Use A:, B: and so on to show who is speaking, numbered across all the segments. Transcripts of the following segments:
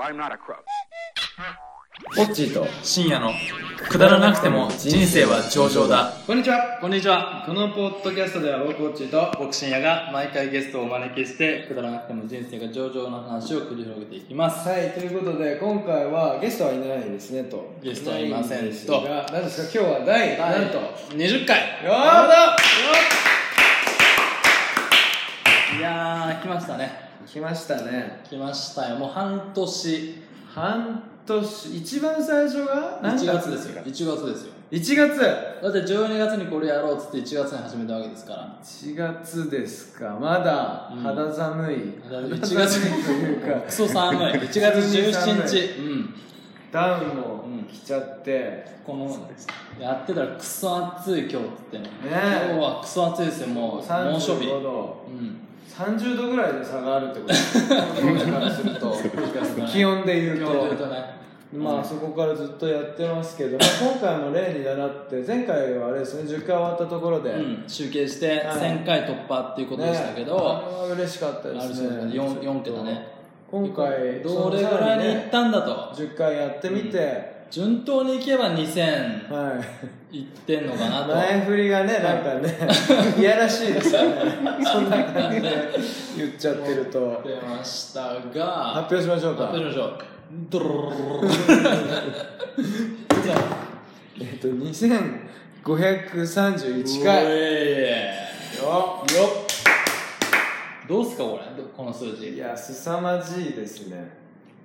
A: I'm not a crook.
B: ポッチーと
C: 深夜のくだらなくても人生は上々だ
D: こんにちは。
E: こんにちは。
D: このポッドキャストでは僕、オッチーと、
E: 僕、深夜が毎回ゲストをお招きして、くだらなくても人生が上々の話を繰り広げていきます。
D: はい、ということで、今回はゲストはいないですね、と。
E: ゲストはいません
D: です
E: と
D: が、何ですか、今日は第、なんと。
E: 20回
D: よー
E: いやー、来ましたね。
D: 来ましたね。
E: 来ましたよ。もう半年。
D: 半年、一番最初が何
E: 1月ですよ。1月ですよ。
D: 1月
E: だって12月にこれやろうっつって1月に始めたわけですから。
D: 1月ですか、まだ
E: うん
D: 肌寒い。
E: 1
D: 肌
E: 月
D: 寒 いというか
E: ク、ソ寒い。1月17日。うん。
D: ダウンも
E: うん
D: 来ちゃって、
E: この、やってたらクソ暑い今日っつってね。今日はクソ暑いですよ、もう。猛暑日。
D: 35
E: う
D: 度。
E: ん。
D: 30度ぐらいの差があるっ てことですねこっちからすると気温で言う
E: 今日言うと
D: と
E: ね。
D: まあそこからずっとやってますけど、まあ今回も例に習って前回はあれですね10回終わったところで、
E: うん、集計して
D: はい
E: 1000回突破っていうことでしたけど、
D: ねあれは嬉しかったで
E: ある
D: す
E: 種
D: ね
E: の 4, 4桁ね
D: 今回
E: どれぐらいに行っ
D: の
E: たんだと、
D: 10回やってみて、
E: 順当にいけば2000
D: はい
E: いってんのかなと
D: 前振りがねなんかね いやらしいですよねそんな感じで言っちゃってると
E: 出ました
D: 発
E: が
D: 表しまし ょう
E: 発
D: か
E: 表しましょうドロロロロロじゃあ
D: えっと2531
E: う
D: 回
E: え
D: よ
E: いよっどうすかこれどこの数
D: い
E: 字
D: や、凄まじいですね。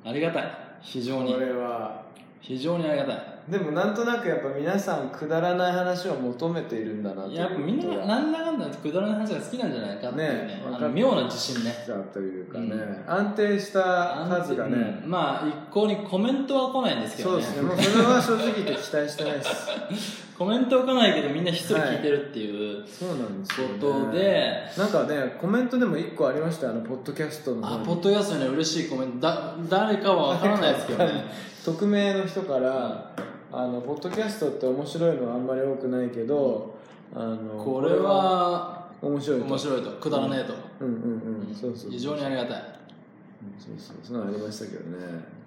E: ありがたい非常
D: こ
E: に
D: れは。
E: 非常にありがた
D: でもなんとなくやっぱ皆さんくだらない話を求めているんだなと
E: い
D: い
E: やっぱみんな
D: な
E: なんだかんだくだらない話が好きなんじゃないかっていうね
D: ね
E: あの妙な自信ね
D: というかね、
E: うん
D: 安定した数がね、
E: うんまあ一向にコメントは来ないんですけ
D: そ
E: ど
D: う
E: ね
D: ですね、もうそれは正直言って期待してないです。
E: コメントは来ないけどみんなひっそり聞いてるっていう
D: そうなんですよ、ね。
E: ことで、
D: なんかね、コメントでも一個ありましたよ、あの、ポッドキャストの
E: あ
D: 方に
E: ポッドキャストには嬉しいコメントだ誰かはわからないですけどね
D: 匿名の人から、あの、ポッドキャストって面白いのはあんまり多くないけど、あの、
E: これは
D: 面白いと。
E: 面白いとくだらねえと、
D: うんうんうん、そうそうそう。
E: 非常にありがたい
D: そうそう、そんなのありましたけどね。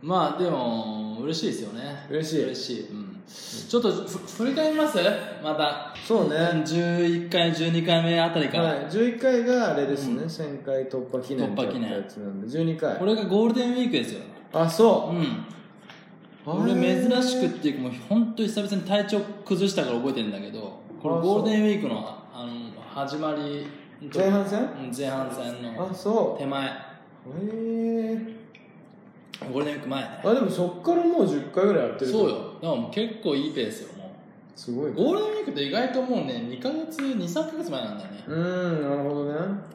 E: まあでも嬉しいですよね
D: 嬉しい
E: 嬉しい、うん、ちょっとふ振り返りますまた
D: そうね
E: 11回12回目あたりから、
D: はい、11回があれですね、1000回突破記念って
E: 突破記念
D: やつなんで、12回。
E: これがゴールデンウィークですよ
D: あ、そうう。
E: ん
D: あれ
E: 俺珍しくっていうかもう本当に久々に体調崩したから覚えてるんだけどこ
D: あ
E: れゴールデンウィークのあの始まりの時
D: 前半戦
E: うん前半戦
D: あ、
E: の
D: そう。
E: 手
D: へ
E: 前
D: え。
E: ゴールデンウィーク前ね
D: あ、でもそっからもう10回ぐらいやってるって
E: そう。
D: こと
E: よだからもう結構いいペースよも
D: すごいうね。
E: ゴールデンウィークって意外ともうね2ヶ月23ヶ月前なんだよね
D: うーん、なるほどね。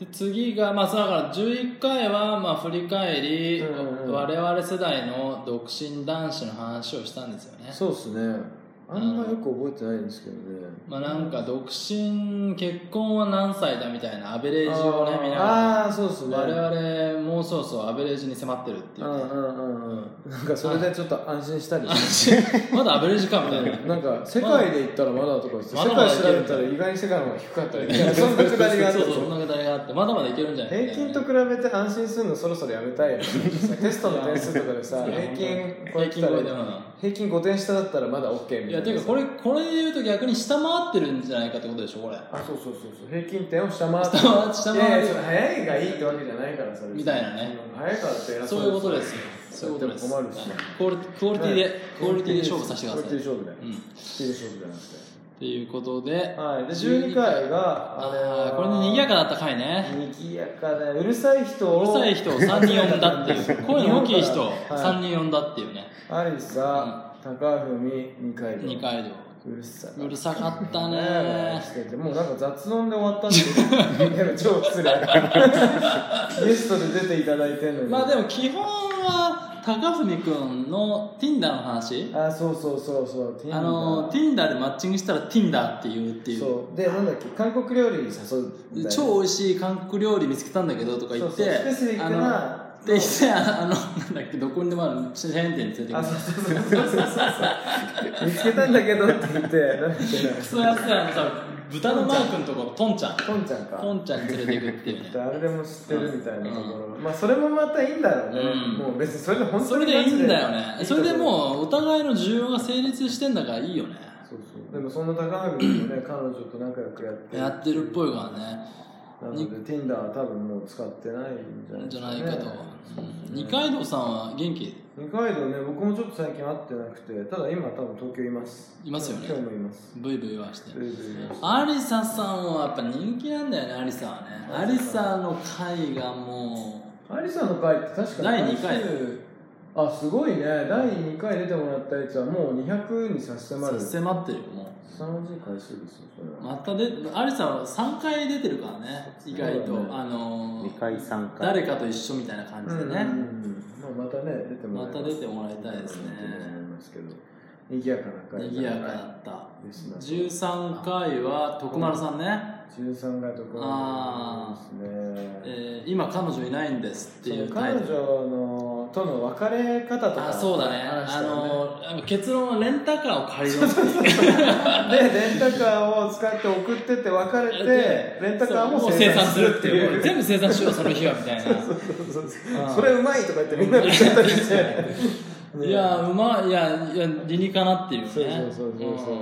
E: で次がまあそうだから11回はまあ振り返り、
D: うんうん
E: 我々世代の独身男子の話をしたんですよね
D: そうっすね。あんまよく覚えてないんですけどね。
E: まあなんか独身結婚は何歳だみたいなアベレージをね
D: あー
E: 見なが
D: あー、
E: ら
D: そうっすね。
E: 我々もうそろそろアベレージに迫ってるっていうう、
D: んうんうんうん。なんかそれでちょっと安心したりし て。
E: まだアベレージかみたいな
D: なんか世界で言ったらまだとか言って、
E: まだまだ
D: 世界調べたら意外に世界の方が低かったりみ たいな そんなくだりがある
E: そうそうそんなくだりがあってまだまだいけるんじゃない
D: 平均と比べて安心するのそろそろやめたいよねテストの点数とかでさ平均こう
E: 平
D: やって
E: 均
D: た
E: 超えて
D: ら
E: な
D: 平均5点下だったらまだ OK
E: い
D: みたい
E: や
D: な
E: ていうかこれこれで言うと逆に下回ってるんじゃないかってことでしょこれ
D: あそうそうそうそう平均点を下回って
E: 下回下回る
D: いやいやそれ早いがいいってわけじゃないからそれ
E: みたいなね
D: 早いからって偉
E: そういうことですよそういうことです
D: 困るしね
E: クオリクオリティで、クオリティで勝負させてください
D: クオリティで勝負だよ
E: うんっ
D: っていう勝負じゃなくて
E: ていうことで、
D: はいで12回があれ
E: あ
D: は
E: ーこれで賑やかだった回ね
D: にぎやかでうるさい人
E: う
D: を
E: るさい人を3人呼んだって いう声の大きい人を
D: はい
E: 3人呼んだっていうね
D: アリサ、高文、二階堂。
E: 二階堂
D: うるさ
E: うるさかった
D: ね
E: ね
D: えもうなんか雑音で終わったん で、いや超失礼。ゲストで出ていただいてんのに。
E: まあでも基本は高文君の Tinder の話
D: あ、そうそうそうそう。
E: あの
D: Tinder
E: Tinder でマッチングしたら Tinder っていうっていう
D: そう。で、なんだっけ、韓国料理に誘うみたいな。
E: 超美味しい韓国料理見つけたんだけどとか言って
D: そうそうスペシフィック
E: あの
D: な
E: で、一緒にああの、なんだっけ、どこにでもあるチェーン店に連れてき
D: あ
E: て
D: そうそうそ うそうそうそう見つけたんだけどって言ってなんだっけな
E: クソやつらのさ、豚のマークのとこ、トンちゃん。
D: ポンちゃんか
E: トンちゃんに連れていくっていうね。
D: 誰でも知ってるみたいなところ、まあそれもまたいいんだろうね、
E: うん
D: もう別にそれで本
E: そ
D: 当
E: れ
D: に
E: でいいんだよ
D: マジ
E: ね。
D: いい
E: そ
D: とこ
E: れでもう、お互いの需要が成立してんだからいいよね。
D: そうそうでもそんな高橋君もね彼女と仲良くやって
E: やってるっぽいからね。
D: なので Tinder は多分もう使ってないんじゃない
E: じゃないかと。うん二
D: 回
E: 階堂さんは元気
D: 二階堂ね僕もちょっと最近会ってなくてただ今多分東京います
E: いますよね
D: 今日もいます
E: ブイブイはして
D: ブイブイいます
E: アリサさんはやっぱ人気なんだよねアリサはねアリサの回がも
D: アリさんの回って確か
E: 第二回
D: あすごいね第2回出てもらったやつはもう200に差し
E: う
D: 迫る凄
E: 迫ってるよも
D: まじい回数ですよそれ
E: う
D: は、
E: またでアリサは3回出てるからね意外と、
D: そうだね
E: あのー
B: 2回3回
E: 誰かと一緒みたいな感じでね、
D: うんうんうんまあ、またね出てもらい
E: また出てもらいたいですね
D: 思いますけどにぎやかな回
E: 賑やかだった
D: ですね
E: 13回は徳丸さんね、
D: 13回とか
E: あ
D: ですね
E: えー今彼女いないんですっていう
D: そう彼
E: 回
D: 女のとの別れ方とか
E: あそうだね
D: 話した
E: あ
D: よ
E: のーあの結論はレンタカーを借りるっていう
D: でレンタカーを使って送ってて別れてレンタカーも生産するっていう
E: 全部生産しようその日はみたいな
D: そうそ
E: う
D: う
E: ん
D: それうまいとか言ってみんなで言ったりしてね
E: いやうまいいやいや理にかなっていうね
D: そうそうそうそうそうん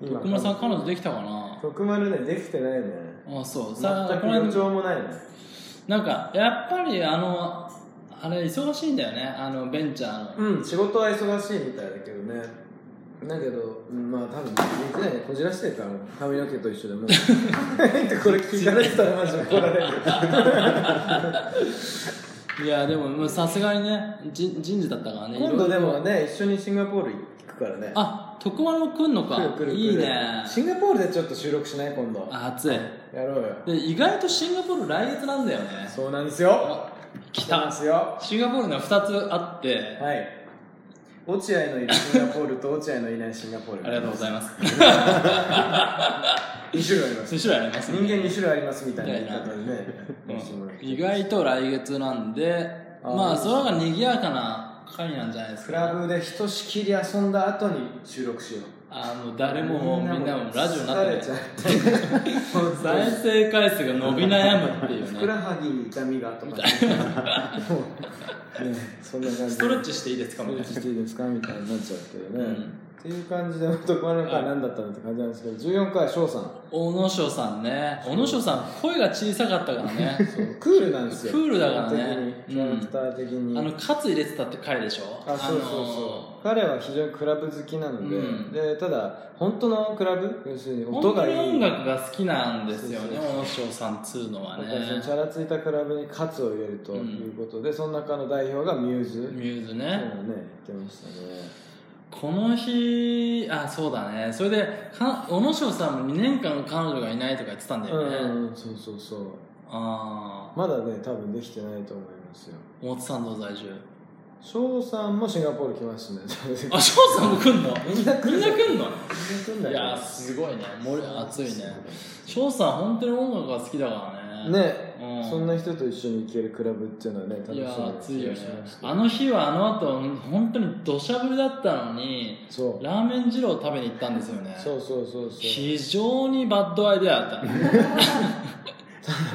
E: 徳丸さん彼女できたかな
D: 徳丸ねできてないね
E: あそうさあ
D: 全
E: こ
D: く
E: れ
D: 予兆もないね
E: なんかやっぱりあのあれ忙しいんだよねあのベンチャーの、
D: うん仕事は忙しいみたいだけどねだけど、うんまあ多分できないねこじらしてるから髪の毛と一緒でもうこれ聞かれてたらマジ怒られる
E: いやでももうさすがにねじ人事だったからね
D: 今
E: いろ
D: 度
E: いろ
D: でもね一緒にシンガポール行くからね
E: あ徳丸も来んのか
D: 来る来る来る
E: いいね
D: シンガポールでちょっと収録しない今度
E: あ暑い
D: やろうよ
E: で意外とシンガポール来月なんだよね
D: そうなんですよ
E: 来
D: なん
E: た
D: ですよ
E: シンガポールが2つあって、
D: はい落合のいるシンガポールと落合のいないシンガポール
E: ありがとうございます
D: 2種類あります
E: 2種類あります
D: 人
E: ね
D: 間2種類ありますみたいな言い方でね
E: うん
D: やらせてもらって
E: 意外と来月なんで
D: あー
E: まあそれが賑やかな会なんじゃないです
D: ク
E: か
D: ラブでひとしきり遊んだ後に収録しよう
E: あの誰もみんなもラジオにな
D: 疲
E: っ
D: れ
E: て
D: ち
E: な
D: ゃ
E: い
D: って
E: 再生回数が伸び悩むっていう
D: ふくら
E: ね
D: はぎに痛みがとかもうねそんな感じ
E: ストレッチしていいですかみたいな
D: していいですかみたいになっちゃうけどね、
E: うん
D: っていう感じで男の回何だったのって感じなんですけど14回は翔さん
E: 小野翔さんね小野翔さん声が小さかったからね
D: クールなんですよ
E: クールだからね
D: 基本的にキャラクター的に、
E: あのカツ入れてたって回でしょ
D: あそうそうそう彼は非常にクラブ好きなので,、
E: うん
D: でただ本当のクラブ要するに
E: あの
D: 音
E: 本当
D: がい
E: に
D: い
E: 音楽が好きなんですよね
D: そうそう
E: 小野翔さんっつうのは
D: だ
E: ね
D: からそのチャラついたクラブにカツを入れるということで、その中の代表がミューズ、
E: ミューズ
D: そう
E: ね
D: ね言ってましたね
E: この日あそうだねそれでか小野翔さんも2年間彼女がいないとか言ってたんだ
D: う
E: よね、
D: ん、うん、そうそうそう
E: ああ
D: まだね多分できてないと思いますよ
E: 表参道在住
D: 翔さんもシンガポール来ますね
E: あ翔さんも来んの
D: みんな来
E: みん
D: る
E: な来んの
D: みんな来るんだ
E: い
D: よ
E: やーすごいね盛り熱いね翔さん本当に音楽が好きだからね
D: ね、
E: うん
D: そんな人と一緒に行けるクラブっていうのはね楽しみ
E: い
D: な
E: やー熱いよね
D: 気がしました
E: あの日はあの後本当に土砂降りだったのに
D: そう
E: ラーメン二郎を食べに行ったんですよね
D: そうそうそうそう
E: 非常にバッドアイデアだったね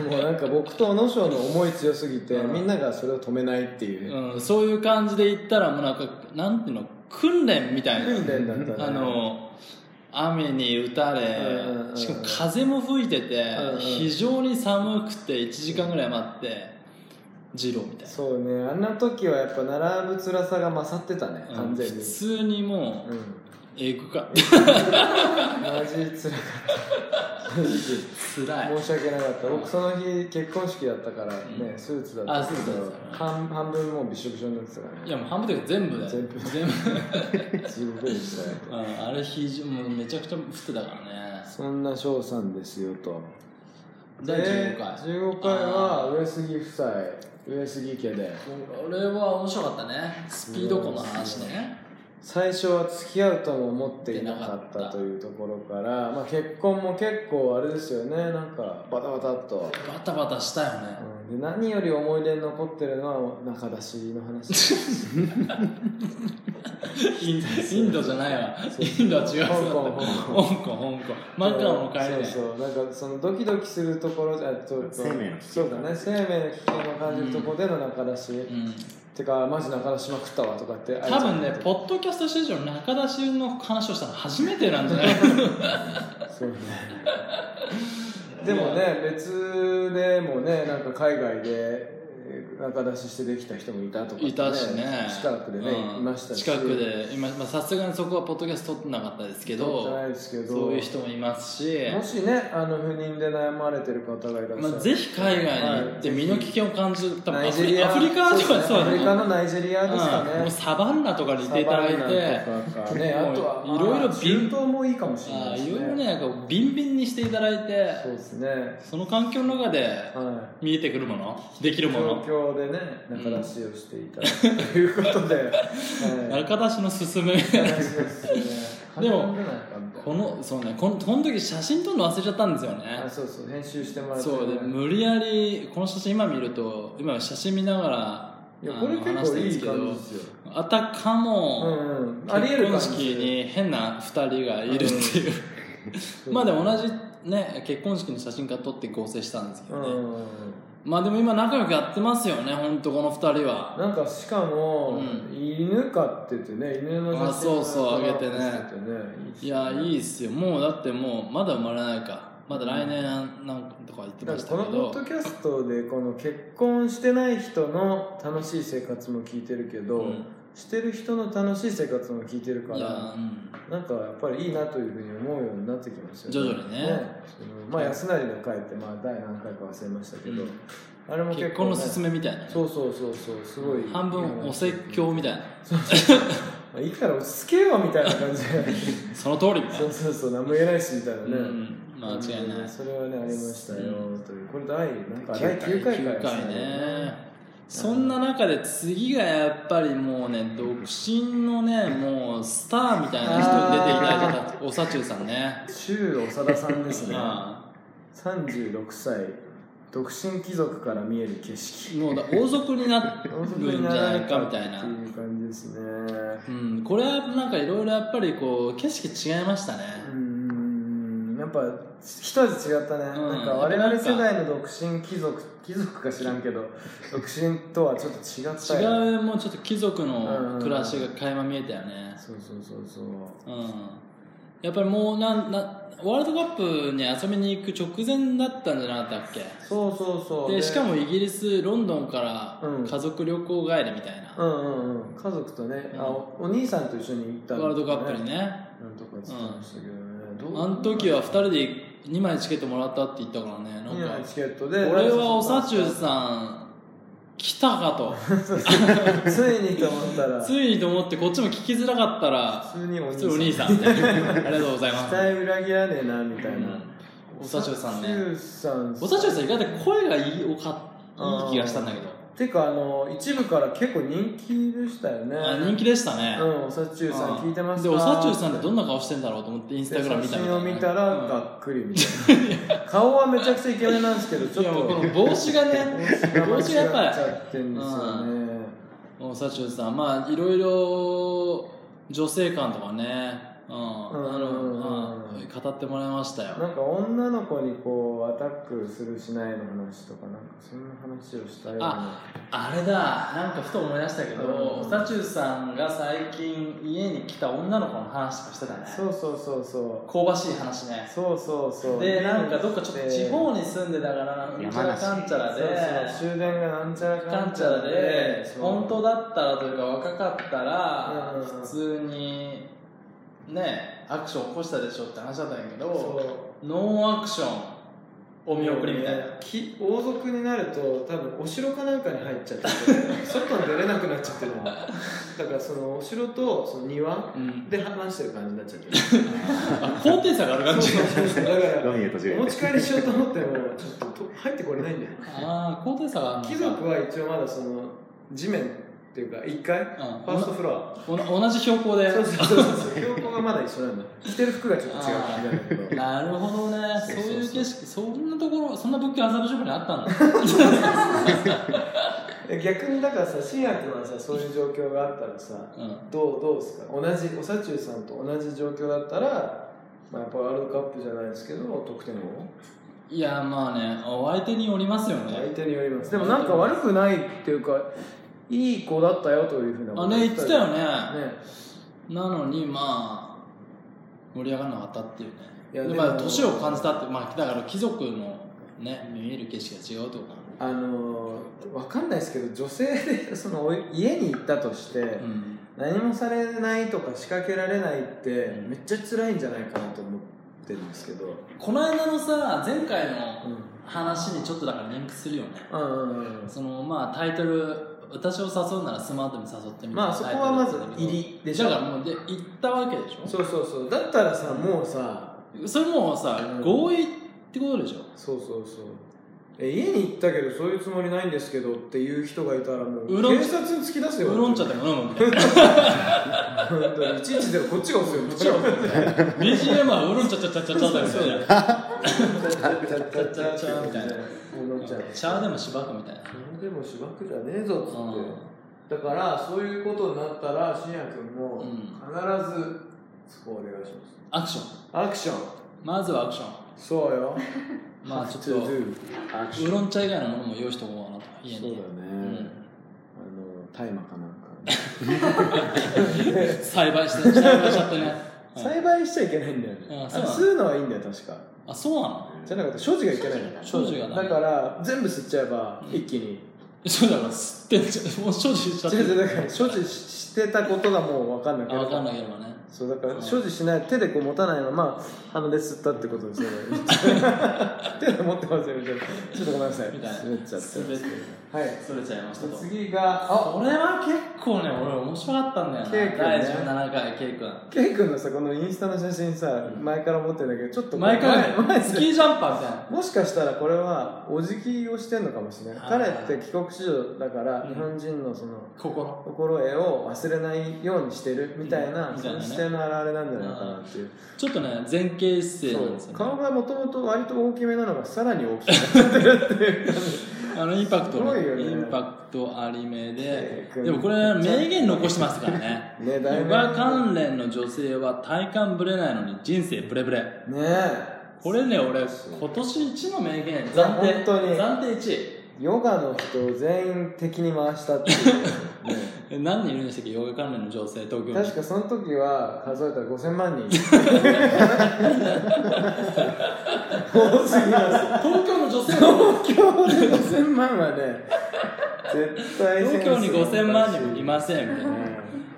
D: もうなんか僕と小野翔の思い強すぎて、
E: うん
D: みんながそれを止めないっていう、
E: うん、そういう感じで行ったらもうなんかなんていうの訓練みたいな
D: 訓練だったね
E: あの雨に打たれ、
D: うんうんうん
E: しかも風も吹いてて、
D: んうん
E: 非常に寒くて1時間ぐらい待って二郎みたいな
D: そうねあんな時はやっぱ並ぶ辛さが勝ってたね
E: うん
D: 完全
E: 普
D: に
E: 通にも
D: う
E: うんえぐか
D: マジ辛かった正直
E: つらい
D: 申し訳なかった僕その日結婚式だったからね、
E: うん
D: スーツだったんですけ
E: あスー
D: ど
E: ツだった
D: 半半分もうびしょびしょになってたか
E: いやもう半分というか全部だよ
D: 全部
E: 全部
D: らね地獄でしたよ
E: うんあれ非常もうめちゃくちゃ降ってたからね
D: そんな翔さんですよと
E: 第15回
D: で15回は上杉夫妻上杉家で
E: 俺は面白かったねスピード婚の話ね
D: 最初は付き合うとも思っていなかったというところから、まあ、結婚も結構あれですよねなんかバタバタっと、
E: バタバタしたよね
D: うんで何より思い出に残ってるのは中出しの話
E: インインドじゃないわ
D: そう
E: インドは違う
D: 香
E: 香
D: 港
E: 港香港マカオの帰りね
D: そうそうなんかそのドキドキするところじゃちょっと
B: 生命の危
D: そうだね生命の危険を感じるところでの中出し、
E: うん
D: てかマジ中出しまくったわとかって
E: 多分ねポッドキャスト史上中出しの話をしたの初めてなん じゃない
D: そうね でもね別でもねなんか海外でえー中出ししてできた人もいたとかってね、
E: いたしね
D: 近くでね、
E: うん
D: いましたし
E: 近くで今まあさすがにそこはポッドキャスト撮ってなかったですけ
D: 撮って
E: ど
D: ないですけど
E: そういう人もいますし
D: もしねあの不妊で悩まれてる方がいらっしゃる、
E: まあ、ぜひ海外に行って身の危険を感じる、多分
D: ナ
E: ア
D: イジ
E: フ
D: ェ
E: リ
D: リ
E: ア
D: ア
E: フリカとかそう
D: ア
E: だ
D: フ
E: ね
D: リカのナイジェリアですかね、
E: うんもうサバンナとかにいていただいて
D: サバンナとかかね
E: もう
D: あとはまあ
E: いろいろ
D: 中東もいいかもしれ
E: あ
D: な
E: あ
D: いです
E: い
D: ね
E: ろいろねこうビンビンにしていただいて
D: そうですねは
E: その環境の中で
D: い
E: 見えてくるものできるも
D: 状
E: の
D: 況でね中出しをしていただくということで、はい
E: 中出しの進め
D: 話ですね
E: でも
D: 簡単じゃないかみたいな
E: このそうねこのこの時写真撮るの忘れちゃったんですよね
D: あそうそう編集してもらってね
E: そうで無理やりこの写真今見ると今写真見ながら
D: いや
E: あ
D: これ
E: の
D: 結
E: 話し
D: 構
E: てるん
D: い
E: です
D: い
E: け
D: 感
E: ど
D: じですよ
E: あたか
D: う
E: も
D: んうんありえ
E: 結
D: る
E: 婚
D: 感じ
E: 式に変な2人がいるっていう
D: うん
E: まあでも同じね結婚式の写真家撮って合成したんですけ
D: う
E: ど
D: ん
E: ね、
D: うんうん
E: まあでも今仲良くやってますよね本当この2人は
D: なんかしかも、
E: うん
D: 犬飼っててね犬の
E: あそうそう
D: 上
E: あげてねいやいいっすよもうだってもうまだ生まれないかまだ来年なんとか言って
D: だ
E: ま
D: か
E: し
D: ら
E: たけ
D: このポ
E: ど
D: ッドキャストでこの結婚してない人の楽しい生活も聞いてるけど、
E: うん
D: してる人の楽しい生活も聞いてるか
E: いや
D: ら
E: うん
D: なんかやっぱりいいなというふうに思うようになってきました
E: 徐
D: よ
E: 々にね
D: そのまあ安成の会ってまあ第何回か忘れましたけど、
E: うん
D: あれも結
E: 結
D: 構、ね、
E: 婚のすすめみたいな
D: そうそうそうそうすごい
E: 半分お説教みたいな
D: まあいいから落ち着けよみたいな感じ で
E: その通りみたい
D: そ
E: な
D: うそうそう何も言えないしみたいなね、
E: うん間違いない
D: それはねありましたよ、というこれ第なんか
B: 9
D: 第
B: 回
D: 9回から
E: 9回ねそんな中で次がやっぱりもうね独身のねもうスターみたいな人に出ていただいてたおさちゅうさんね
D: 中長田さんで すね
E: ま
D: 36歳独身貴族から見える景色
E: あもうだ王族になる
D: 王族
E: ん
D: に
E: じゃ
D: ら
E: な
D: れ
E: いかみたい
D: って
E: な
D: いう感じですね
E: うんこれはなんかいろいろやっぱりこう景色違いましたね
D: うーんやっぱ一味違ったね、
E: うん
D: なんか我々世代の独身貴族貴族か知らん けど独身とはちょっと違ったよね
E: 違うもうちょっと貴族の暮らしが垣間見えたよね
D: そうそうそうそう
E: うんやっぱりもうなんなワールドカップに遊びに行く直前だったんじゃなかったっけ
D: そうそうそう
E: でしかもイギリスロンドンから
D: うん
E: 家族旅行帰りみたいな、
D: うんうんうん家族とね、あおお兄さんと一緒に行ったんだ
E: ワー
D: よ
E: ルドカップにね
D: なんとか言ってましたけどね、どう
E: あの時は2人で2枚チケットもらったって言ったからね
D: いい
E: な
D: よ
E: ん
D: ね
E: か
D: チケットで
E: 俺はおさちゅうさん来たかと
D: ついにと思ったら
E: ついにと思ってこっちも聞きづらかったら
D: 普通に
E: 普
D: お兄
E: 通
D: さ
E: お
D: ん
E: 兄さんみたいな ありがとうございま
D: 期
E: す
D: 待裏切らねえなみたいな、
E: おさちゅうさん
D: おさ
E: ね
D: ちゅうさん
E: おさちゅうさん意外と声がいいおかいい気がしたんだけど
D: てかあの一部から結構人気でしたよね
E: あ人気でしたね、
D: うんおさちゅうさん聞いてます
E: で
D: か
E: おさちゅうさんってどんな顔してんだろうと思ってインスタグラム
D: で
E: 見た
D: 写
E: みたい
D: 真
E: な
D: を見たらがっくりみたい な顔はめちゃくちゃイケメンなんですけどち
E: いや
D: ょっ
E: もうことの帽子がね
D: 帽
E: 帽
D: 子
E: 子
D: が
E: がや
D: 間違っ
E: っ
D: ち
E: ぱり
D: ゃってんですよね
E: おさちゅうさんまあいろいろ女性感とかねうん
D: ん
E: あの
D: うん
E: うん語ってもらいましたよ
D: なんか女の子にこうアタックするしないの話とかなんかそんな話をしたような
E: あれだなんかふと思い出したけど
D: うん
E: おさちゅうさんが最近家に来た女の子の話とかしてたね
D: そうそうそうそう
E: 香ばしい話ね
D: そうそうそう
E: でなんかどっかちょっと地方に住んでたからうんちゃらかんちゃら
D: そう
E: で
D: そう終電がなんちゃら
E: か
D: か
E: ん
D: ん
E: ち
D: ち
E: ゃ
D: ゃ
E: ら
D: ら
E: で
D: で
E: 本当だったらというか若かったら
D: うん
E: 普通にねアクション起こしたでしょって話だったんやけど
D: そ
E: ノンアクションお見送りみたいな
D: き王族になると多分お城かなんかに入っちゃってて外に出れなくなっちゃってる のだからそのお城とその庭
E: うん
D: で話してる感じになっちゃってる
E: あ高低差がある感じ
D: そうそうだから
B: ロミオとジュリエ
D: お
B: ッ
D: 持
B: ト
D: ち帰りしようと思ってもちょっとと入ってこれないんだよ
E: ああ高低差があるのか
D: 貴族は一応まだその地面っていうか1階、ファーストフロ
E: おな同じ標高で
D: アそうそうそうそう標高がまだ一緒なんだ着てる服がちょっと違う
E: あー
D: みたいだけど
E: なるほどねそういう景色そんなところそんな物件麻布職にあったんだ
D: 逆にだからさ新薬はさそういう状況があったらさ
E: うん
D: どうどうですか同じおさちゅうさんと同じ状況だったら、まあ、やっぱワールドカップじゃないですけど得点を
E: いやまあねお相手によりますよ
D: 相
E: ね
D: 手によりますでもなんか悪くないっていうかいい子だったよというふうなこと
E: あね言ってたよね
D: ね
E: なのにまあ盛り上がらなかったっていうね
D: いや
E: で
D: でも
E: まあ年を感じたってまあだから貴族のね見える景色が違うとか
D: あのー、わかんないですけど女性でそのお家に行ったとして、
E: うん
D: 何もされないとか仕掛けられないって、
E: うん
D: めっちゃ辛いんじゃないかなと思ってるんですけど、
E: この間のさ前回の
D: うん、
E: 話にちょっとだからリンクするよね
D: うんうんうん
E: そのまあタイトル私を誘うならスマートに誘ってみ
D: まあそこはまず
E: り
D: 入りでし
E: だ
D: ょ
E: からもうで行ったわけでしょ
D: そうそうそうだったらさもうさ
E: それもうさ、
D: うん
E: 合意ってことでしょ
D: そうそうそうえ家に行ったけどそういうつもりないんですけどっていう人がいたらもう
E: ウーロン
D: 警察に突き出すよ
E: ウーロン茶でも飲むみたいな
D: 本当にいちいちでもこ っちが押 すよ
E: BGM はウーロン茶ちゃちゃちゃちゃだよねみたいな
D: ウーロン茶
E: シャーでもしばくみたいな
D: それでもしばくじゃねえぞっつ
E: うん
D: ってだからそういうことになったら信也君も
E: うん
D: 必ずそこお願いしま
E: ア
D: す
E: クション
D: アクション
E: まずはアクション
D: そうよ
E: まあちょっとウ
B: アクシ
E: ー
B: ョン
E: ロン茶以外のものも用意しておこうかなと家
B: そう
E: に
B: だ
E: う
B: ね
E: ん
B: あの大麻かなんか
E: 栽培して栽培しちゃってね、はい
D: 栽培しちゃいけないんだよね
E: うん
D: あ
E: そうなの
D: 吸うのはいいんだよ確か
E: あそうなの
D: じゃなくて所持がいけないんだよ
E: 所持がダメ
D: だから全部吸っちゃえば一気に
E: そうだから吸ってんじゃんもう所持しちゃって
D: 違う違
E: る
D: うだから所持ししてたことがもう分かんな
E: あ
D: くな
E: 分
D: る
E: かんなければね
D: そうだから所持しない手でこう持たないまま鼻で吸ったってことですよね手で持ってますよみたいなちょっとごめんなさい
E: みたいな
D: 滑っちゃって
E: 滑って
D: はい
E: 滑れちゃいましたと
D: 次があ
E: これは結構ね俺面白かったんだよな、
D: ケイ君ね
E: 第17回ケイ君
D: ケイ君のさこのインスタの写真さ前から持ってるんだけどちょっとこう
E: 毎回
D: 前前
E: スキージャンパーみたいな
D: もしかしたらこれはお辞儀をしてんのかもしれない
E: あ
D: 彼
E: ー
D: って帰国子女だから
E: うん
D: 日本人のその
E: 心
D: 心得を忘れないようにしてるみたいな、
E: うん
D: そ
E: みたい
D: の
E: なね
D: 視点の表れなんじゃないかなっていう
E: ちょっとね前傾姿勢なんです
D: そう
E: よ
D: 顔
E: ね
D: がもともと割と大きめなのがさらに大きくなって
E: あのインパクトの
D: すごいよね
E: インパクトありめ
D: ケ
E: で
D: イ君
E: でもこれ名言残してますから ね
D: ねだい
E: ヨ
D: ぶ
E: ガ関連の女性は体感ブレないのに人生ブレブレ
D: ねえ
E: これね俺今年一の名言暫定
D: 本当に
E: 暫定一位
D: ヨガの人を全員敵に回したっていう、ね
E: え何人いるんでしたっけヨガ関連の女性東京に
D: 確かその時は数えたら5000万人 多すぎま
E: 東京の女性は
D: す東京で5000万はね絶対
E: 東京に5000万人もい
D: い
E: ませんみたいな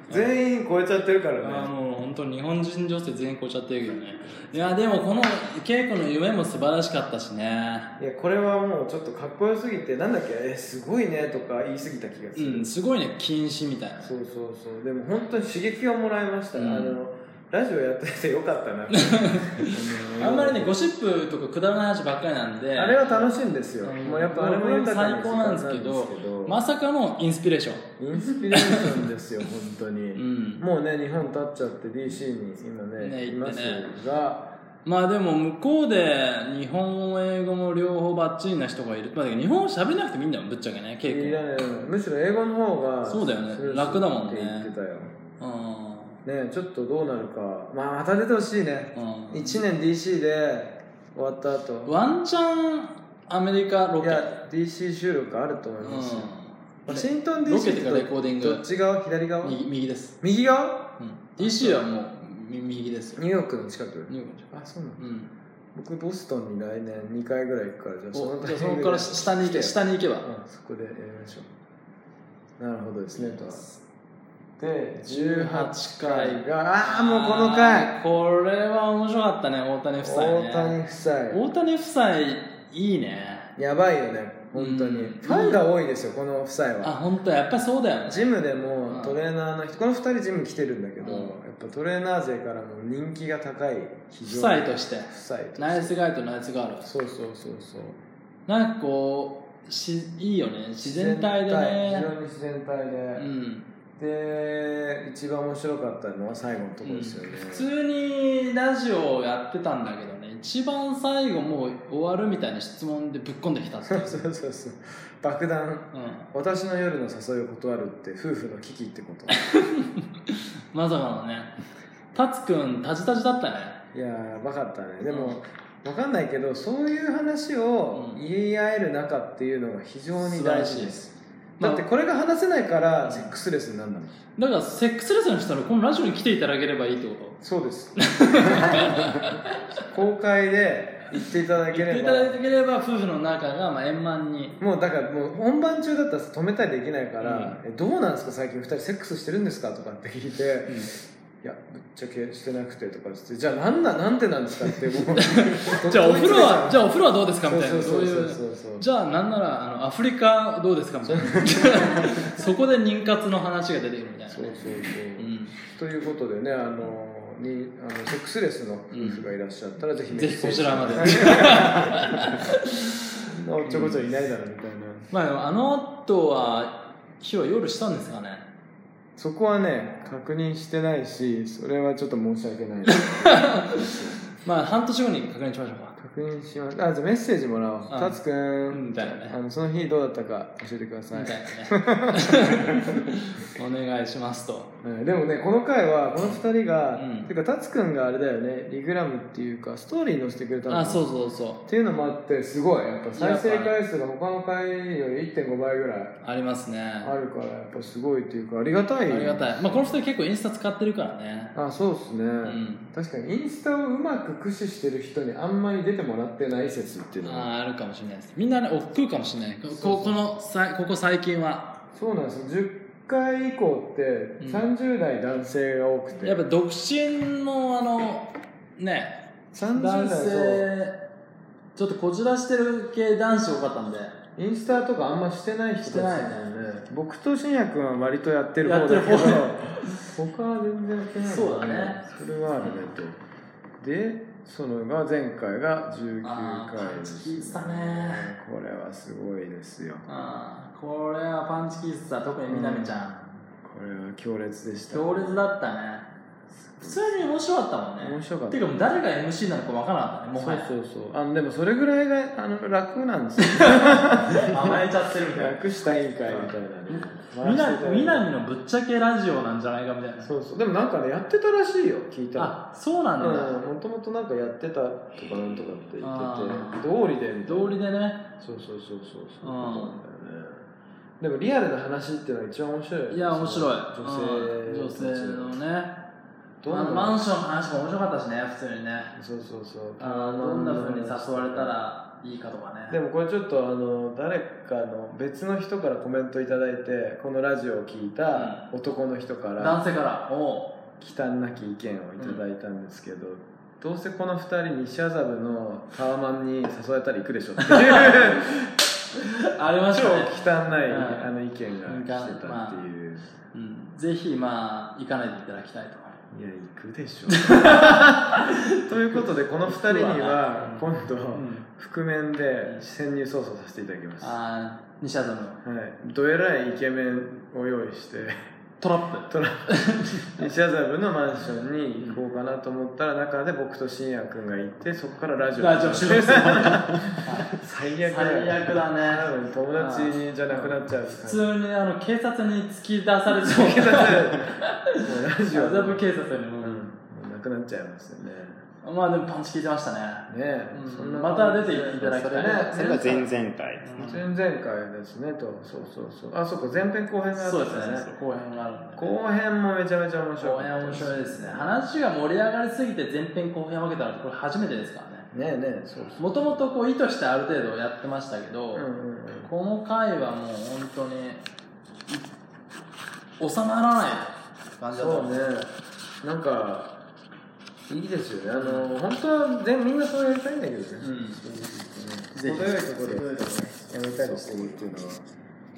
D: 全員超えちゃってるか
E: あ
D: ら
E: ー
D: ね
E: もう本当に日本人女性全員超えちゃってるけどねいやでもこの稽古の夢も素晴らしかったしね
D: いやこれはもうちょっとかっこよすぎてなんだっけえすごいねとか言い過ぎた気がす
E: う
D: る、
E: んすごいね禁止みたいな
D: そうそうそうでも本当に刺激をもらいました、
E: うん
D: あのラジオやっててよかっ たな
E: あんまりねゴシップとかくだらない話ばっかりなんで
D: あれは楽しいんですよ、
E: うん
D: もうやっぱあれも豊か
E: 最高なんですけど
D: 時間なん
E: まさかのインスピレーション
D: ですけどインスピレーションですよ本当に、
E: うん
D: もうね日本立っちゃって DC に今ね
E: ね
D: い
E: 行っ
D: ま
E: て
D: す
E: ね
D: が
E: まあでも向こうで日本語英語も両方バッチリな人がいるまあ日本語喋らなくてもいいんだよぶっちゃけね稽古
D: いらないむしろ英語の方が
E: そうだよね
D: れ
E: 楽だもんね
D: って言ってたよ
E: うん
D: ねちょっとどうなるかまあまた出てほしいね
E: うん
D: 1年 DC で終わった後
E: ワンチャンアメリカロ
D: い
E: ケ
D: や DC 収録あると思いますよ、ワシントン
E: ロケ
D: DC
E: っていうかレコーディング
D: どっち側左側
E: うん、右右です、
D: 右側
E: うん、DC はもうみ右ですよ
D: ニューヨークの近く
E: ニューヨークじ
D: あそうなの
E: ゃんうん
D: 僕ボストンに来年2回ぐらい行くからじゃあ
E: おじ
D: タ
E: ゃあ
D: イ
E: そ
D: ミン
E: こ
D: グで
E: から下に行け
D: 来て
E: 下に行けば、
D: うんそこでやりましょうなるほどですねとはで18回がああーもうこの回
E: あーこれは面白かったね大谷夫妻ね
D: 大谷夫妻
E: 大谷夫妻いいね
D: やばいよね本当
E: う
D: に
E: ん
D: ファンが多いですよこの夫妻
E: あ
D: は
E: 本当やっぱりそうだよね
D: ジムで
E: う
D: も
E: ん
D: トレーナーの人この2人ジム来てるんだけ
E: う
D: ど
E: ん
D: やっぱトレーナー勢からも人気が高い非
E: 夫
D: 常
E: 妻
D: に
E: として
D: 夫妻として
E: ナイスガイとナイスガール
D: そうそうそうそう
E: なんかこうしいいよね自然体でね
D: 非常に自然体で、
E: うん
D: で一番面白かったのは最後のところですよね、
E: 普 通にラジオをやってたんだけどね一番最後もう終わるみたいな質問でぶっ込んできたっていう、
D: そうそうそう爆弾
E: うん、
D: 私の夜の誘いを断るって夫婦の危機ってこと
E: まさかのねタツくんタジタジだったね
D: いやーやばかったねでも、わかんないけどそういう話を言い合える仲っていうのが非常に大事です、
E: まあ
D: だってこれが話せないからセックスレスになるんだもん
E: だからセックスレスの人はこのラジオに来ていただければいいってこと
D: そうです公開で言っていただ
E: 言
D: け
E: って
D: れ
E: いた
D: ば
E: だければ夫婦の仲がまあ円満に
D: もうだからもう本番中だったら止めたりできないから、えどうなんですか最近2人セックスしてるんですかとかって聞いて、いやぶっちゃけしてなくてとかつってじゃあなんななんでなんですかってもう
E: じゃあお風呂はじゃあお風呂はどうですか
D: そ
E: み
D: う
E: たい
D: そ
E: な
D: う
E: そ
D: そうう
E: い
D: そううそうそう
E: じゃあなんならあのアフリカどうですかみたい なそこで妊活の話が出てくるみたいな
D: そうそう
E: ね
D: そう、
E: うん
D: ということでねあのにあのセックスレスの夫婦がいらっしゃったら、ぜひメ
E: ぜ
D: ッ
E: ひ
D: セ
E: こ
D: ージ
E: ちらまで
D: おっちょこちょいないだろみたいな、
E: まあでもあの後は日は夜したんですかね
D: そこはね確認してないしそれはちょっと申し訳ない
E: まあ半年後に確認しましょうか
D: 確認しますあじゃあメッセージもらおう
E: あ
D: 達く
E: うん
D: ん
E: みたいなね
D: あのその日どうだったか教えてください
E: みたい なねお願いしますと
D: うんでもねこの回はこの2人が、
E: うん
D: てか達くんがあれだよねリグラムっていうかストーリー載せてくれたの
E: あそうそうそ
D: っていうのもあってすごいやっぱ再生回数が他の回より1.5倍ぐらいう
E: ありますね
D: あるからやっぱすごいっていうかありがたい
E: あ
D: よ
E: りがたい、まあ、この人結構インスタ使ってるからね
D: あそうっすね、
E: ん
D: 確かにインスタをうまく駆使してる人にあんまり出てもらってない説っていうのは
E: あーあるかもしれないですみんなね億劫かもしれないこここのさいここ最近は
D: そうなんですよ10回以降って
E: ん
D: 30代男性が多くて、
E: やっぱ独身のあのね
D: 30
E: 男
D: 代そう
E: 性ちょっとこじらしてる系男子多かったんで
D: インスタとかあんましてない人たちだよね僕と信也君は割とやってる
E: や
D: 方
E: ってる
D: だ
E: 方
D: けど他は全然やってないもん
E: そうだね
D: それはあるねとでそのが前回が19
E: あー
D: 回
E: パン
D: で
E: チ
D: す
E: 効いてたね
D: これはすごいですよ
E: ああこれはパンチ喫茶特にみなみちゃん、
D: これは強烈でした
E: 強烈だったね普通に面白かったもんね
D: 面白かった
E: てかもう誰が MC なのかわからなかったねもはや
D: そうそうそうあのでもそれぐらいがあの楽なんですよ
E: 甘えちゃってるみたいな
D: 楽したいんかいみたい
E: み
D: な
E: な
D: ね
E: みなみのぶっちゃけラジオなんじゃないかみたいな
D: そうそうでもなんかねやってたらしいよ聞いたら
E: あそうなんだ、
D: うんもともとなんかやってたとかなんとかって言
E: あ
D: っ
E: ー
D: てて道理でみたいな
E: 道理でね
D: そうそうそうそうそういう
E: う
D: こと
E: ん
D: なんだよねでもリアルな話っていうのが一番面白いよね
E: いや面白い
D: その
E: うん
D: 女
E: 女
D: 性
E: 性のね
D: どう
E: あ
D: な
E: の
D: の
E: マンションの話も面白かったしね普通にね
D: そうそうそう
E: あのどんな風に誘われたらいいかとかね
D: でもこれちょっとあの誰かの別の人からコメントいただいてこのラジオを聞いた男の人から
E: 男性からおう
D: 忌憚なき意見をいただいたんですけど、どうせこの二人西麻布のタワマンに誘われたら行くでしょっていう
E: ありまし
D: 超
E: たね
D: 忌憚ない、
E: うん
D: あの意見が来てたっていう、
E: うんぜひまあ行かないでいただきたいと
D: いや行く でしょということでこの二人には
E: 行くわ
D: 今度
E: ん
D: 覆面で潜入捜査させていただきます、は
E: ああ西麻布の
D: い、どえらいイケメンを用意して
E: トラップ
D: トラ西麻布のマンションに行こうかなと思ったら中で僕と信也君がいてそこからラジオ
E: ラジオ収 録する
D: 最悪だよ
E: 最悪だ
D: 多
E: ね
D: 分友達にじゃなくなっちゃう
E: 普通にあの警察に突き出されそう
D: 警察
E: 麻
D: もうラジオ
E: 布警察に、
D: うんもうなくなっちゃいますよね
E: まあでもパンチ効いてましたね
D: ねえ、
E: うん
D: そんな
E: また出ていただき
D: それ
E: た
D: ね
E: い
B: それが前々回ですね。
D: 前々回ですねとそうそうそうあそうか前編後編があったん
E: そうですね後編があるんで
D: 後編もめちゃめちゃ面白
E: 後
D: かった
E: 編面白いですね話が盛り上がりすぎて前編後編分けたらこれ初めてですからね
D: ねえねえそう
E: もともとこう意図してある程度やってましたけど、
D: うんうんうん
E: この回はもう本当に収まらない感じだった
D: そうねなんかいいですよねあの本当は全みんなそうやりたいんだけどね、
E: ぜひ
D: 程よいところで
E: 程よいとこ
D: やめたりしてるっていうのは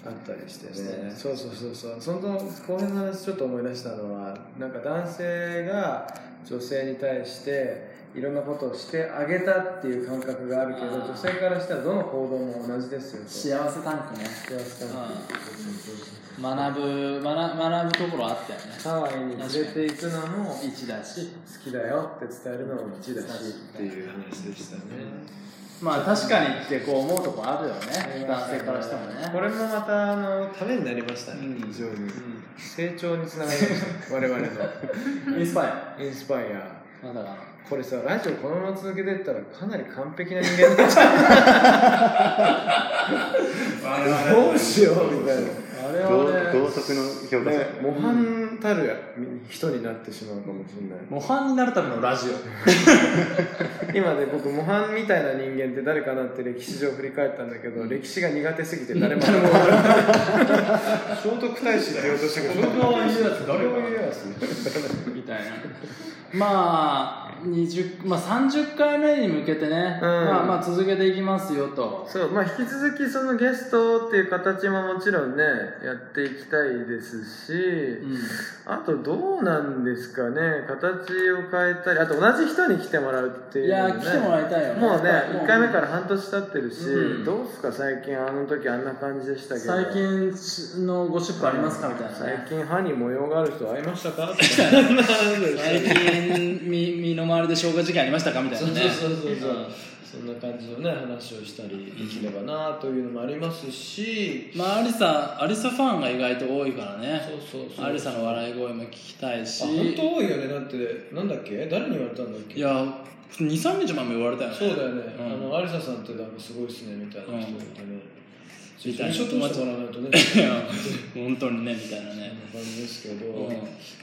D: あったりしてねそうそうそうそうその後編の話ちょっと思い出したのはなんか男性が女性に対していろんなことをしてあげたっていう感覚があるけど
E: あー
D: 女性からしたらどの行動も同じですよと
E: 幸せタンクね
D: 幸せだな
E: 学ぶ学学ぶところあったよね
D: ハワイに連れて行くのも好
E: 一だし
D: きだよって伝えるのも1だし
B: っていう話でしたね。
E: まあ確かにってこう思うとこあるよね男性からしてもね
D: これもまたあの
B: ためになりましたね、
E: うん
B: 非常に。
D: 成長につながりました我々の
E: うんインスパイ
D: インスパイア
E: アなんだか
D: これさラジオこのまま続けてったらかなり完璧な人間になっちゃ うどうしようみたいなあれ
A: 道
D: はね
A: 道徳の評価
D: ね模範たるや人になってしまうかもしれない
E: 模範になるためのラジオ
D: 今ね僕模範みたいな人間って誰かなって歴史上振り返ったんだけど歴史が苦手すぎて誰も誰も聖徳太子って言おうとしたけど聖徳太子って誰も言えやつ
E: みたいな。まあ、20まあ、30回目に向けてね、まあまあ続けていきますよと。
D: そうまあ引き続きそのゲストっていう形ももちろんねやっていきたいですし、
E: うん、
D: あとどうなんですかね形を変えたりあと同じ人に来てもらうってい
E: いう
D: の
E: や
D: も
E: ー、
D: ね
E: 来てもらいたいよね。
D: もうね
E: やっぱり
D: 1回目から半年経ってるし、
E: うん
D: どうっすか最近あの時あんな感じでしたけど
E: 最近のゴシップありますかみたいな
D: 最
E: ね。
D: 近歯に模様がある人会いましたか とか
E: 最近、 み身の回りで消化事件ありましたかみたいなね。
B: うそうそう。そんな感じのね、話をしたりできればなというのもありますし、
E: まあ、アリサ、アリサファンが意外と多いからね。
B: そう
E: アリサの笑い声も聞きたいし。
B: あ本当多いよねだってなんだっけ誰に言われたんだっけ
E: いやー、2、3日前も言われたよね。
B: そうだよね、
E: うん
B: あのアリサさんってなんかすごいっすねみたいな人がいてね、一緒に仕事してもらわない とね
E: いや 本当にね、みたいなね。
B: 感じですけど、
E: う
B: っ
E: ん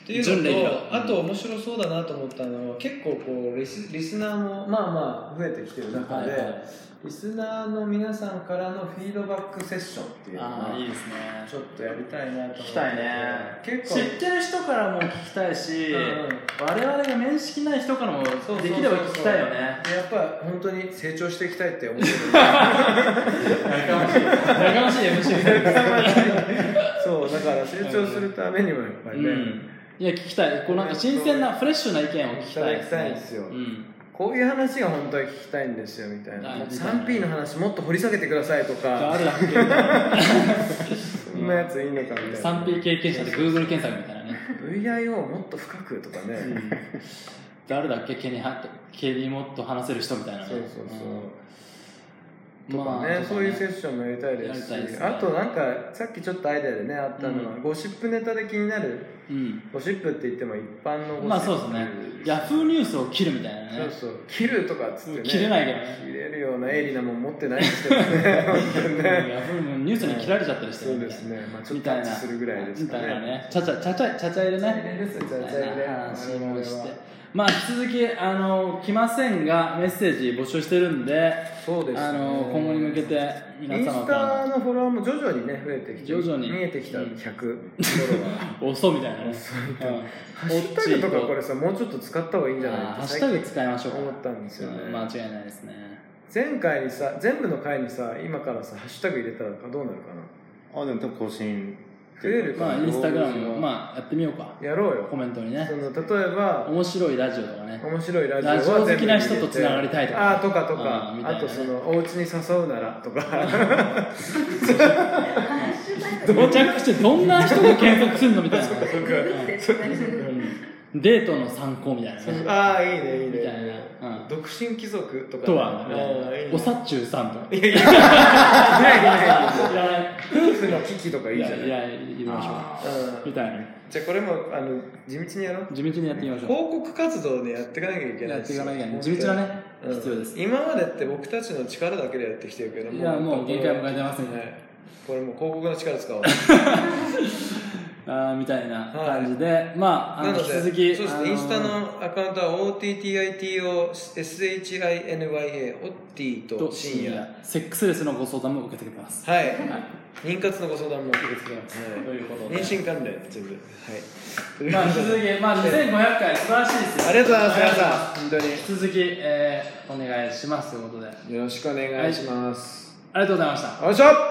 B: てい
E: 準レギュ
B: う
E: ラ
B: の
E: ー
B: とあと面白そうだなと思ったのは結構こうリスリスナーもまあまあ増えてきてる中
E: はい
B: で、
E: はい
B: リスナーの皆さんからのフィードバックセッションっていうの
E: あ
B: が
E: あ、いいですね。
B: ちょっとやりたいなと思って
E: 聞きたいね
B: 結構
E: 知ってる人からも聞きたいし、
B: うん
E: 我々が面識ない人からもで
B: そうそうそうそう
E: きれば聞きたいよね
D: やっぱ本当に成長していきたいって思ってる
E: 仲間しい仲間しい MC
D: そうだから成長するためにもやっぱりね、
E: いや聞きたいこうなんか新鮮なフレッシュな意見を聞
D: い
E: き
D: た
E: たい
D: だきたいんですよ、
E: うん
D: こういう話が本当は聞きたいんですよみたいな
E: はい
D: 3P の話もっと掘り下げてくださいと
E: あ
D: か
E: るだっ
D: そんなやついいのかみ
E: け
D: たいな
E: 3P 経験者で Google 検索みたいなね
D: VIO をもっと深くとかね、
E: 誰だっけ毛には毛にもっと話せる人みたいなね
D: そうそうそう、
E: うん
D: とか
E: まあ
D: ね、
E: とか
D: そういうセッションもやりたいですし
E: やりたいですね
D: あとなんかさっきちょっとアイデアでねあったのは、ゴシップネタで気になる
E: うん
D: ゴシップって言っても一般のゴシップ
E: まあそうですねヤフーニュースを切るみたいなね
D: そうそう切るとかっつってね
E: 切れないけどね
D: 切れるような鋭利なもん持ってないですけど ね本当にね
E: ヤフーニュースに切られちゃったりして
D: そう
E: みたい
D: で
E: な
D: すねまあちょっ
E: み
D: とタ
E: たい
D: ッ
E: な
D: チするぐらいですかね
E: みたいなねちゃちゃちゃちゃちゃちゃ入れ
D: ちゃちゃ入れです
E: ね
D: よちゃち
E: みた
D: ゃ入れ
E: いな話もし
D: 我
E: て
D: 々は
E: まあ引き続きあの来ませんがメッセージ募集してるんで
D: そうですね
E: あの今後に向けて皆
D: イン
E: 様
D: ス
E: から
D: タのフォロワーも徐々にね増えてきて
E: 徐々に
D: 見えてきた
E: うん
D: 100フォロ ワー
E: 押そうみたいなね
D: ハッシュタグとかこれさもうちょっと使った方がいいんじゃない
E: ハッシュ
D: 最近
E: タグ使いましょうか
D: 思ったんですよね、
E: うん間違いないですね
D: 前回にさ全部の回にさ今からさハッシュタグ入れたらどうなるかな
A: あでも多分更新
D: 増えるか
E: まあ
D: な、
E: インスタグラムもまあやってみようか
D: やろうよ
E: コメントにね
D: その例えば
E: 面白いラジオとかね
D: 面白いラジオ
E: ラジオ
D: は
E: 好
D: 全部
E: き
D: 入れ
E: な
D: て
E: 人とつながりたいとか
D: あーとかとか
E: あー
D: あ,、
E: みたいなね
D: とそのお家に誘うならとか
E: めちゃくちゃどんな人が検索するのみたいなデートの参考みたいなね
D: ああいいねいいね
E: みたいなうん
D: 独身貴族とか
E: とは
D: あーいいね
E: おさっちゅうさんとか
D: いや いやいやいや
E: いらない
D: 夫婦の危機とかいいじゃない
E: いやいや入れましょう
D: うん
E: みたいな
D: じゃあこれもあの地道にやろう
E: 地道にやってみましょ
D: 広告活動でやっていかなきゃいけ
E: う
D: な
E: や
D: い
E: っていかなきゃね
D: です
E: 地
D: よ
E: 道だね
D: うん
E: 必要です
D: 今までって僕たちの力だけでやってきてるけど
E: いやもう限界を迎えてます
D: は
E: ね
D: いこれもう広告の力使おう
E: あーみたいな感じでまああ
D: な
E: の
D: の
E: 引
D: で
E: き続き
D: そうで
E: あ
D: す
E: の
D: ねインスタのアカウントは OTTITOSHINYA オッティ
E: と
D: と深
E: 深
D: 夜
E: 夜セックスレスのご相談も受け付けてます
D: はい妊活のご相談も受け付けます、
E: と
D: はい
E: いうこと
D: 妊
E: で
D: 娠関連全 部はい
E: まあ引き続きまあ2500回素晴らしいですよ
D: ありがとうございます皆さん本当に
E: 引き続きえーお願いしますということであり
D: よろしくお願いします、
E: がとうございました
D: よいしょ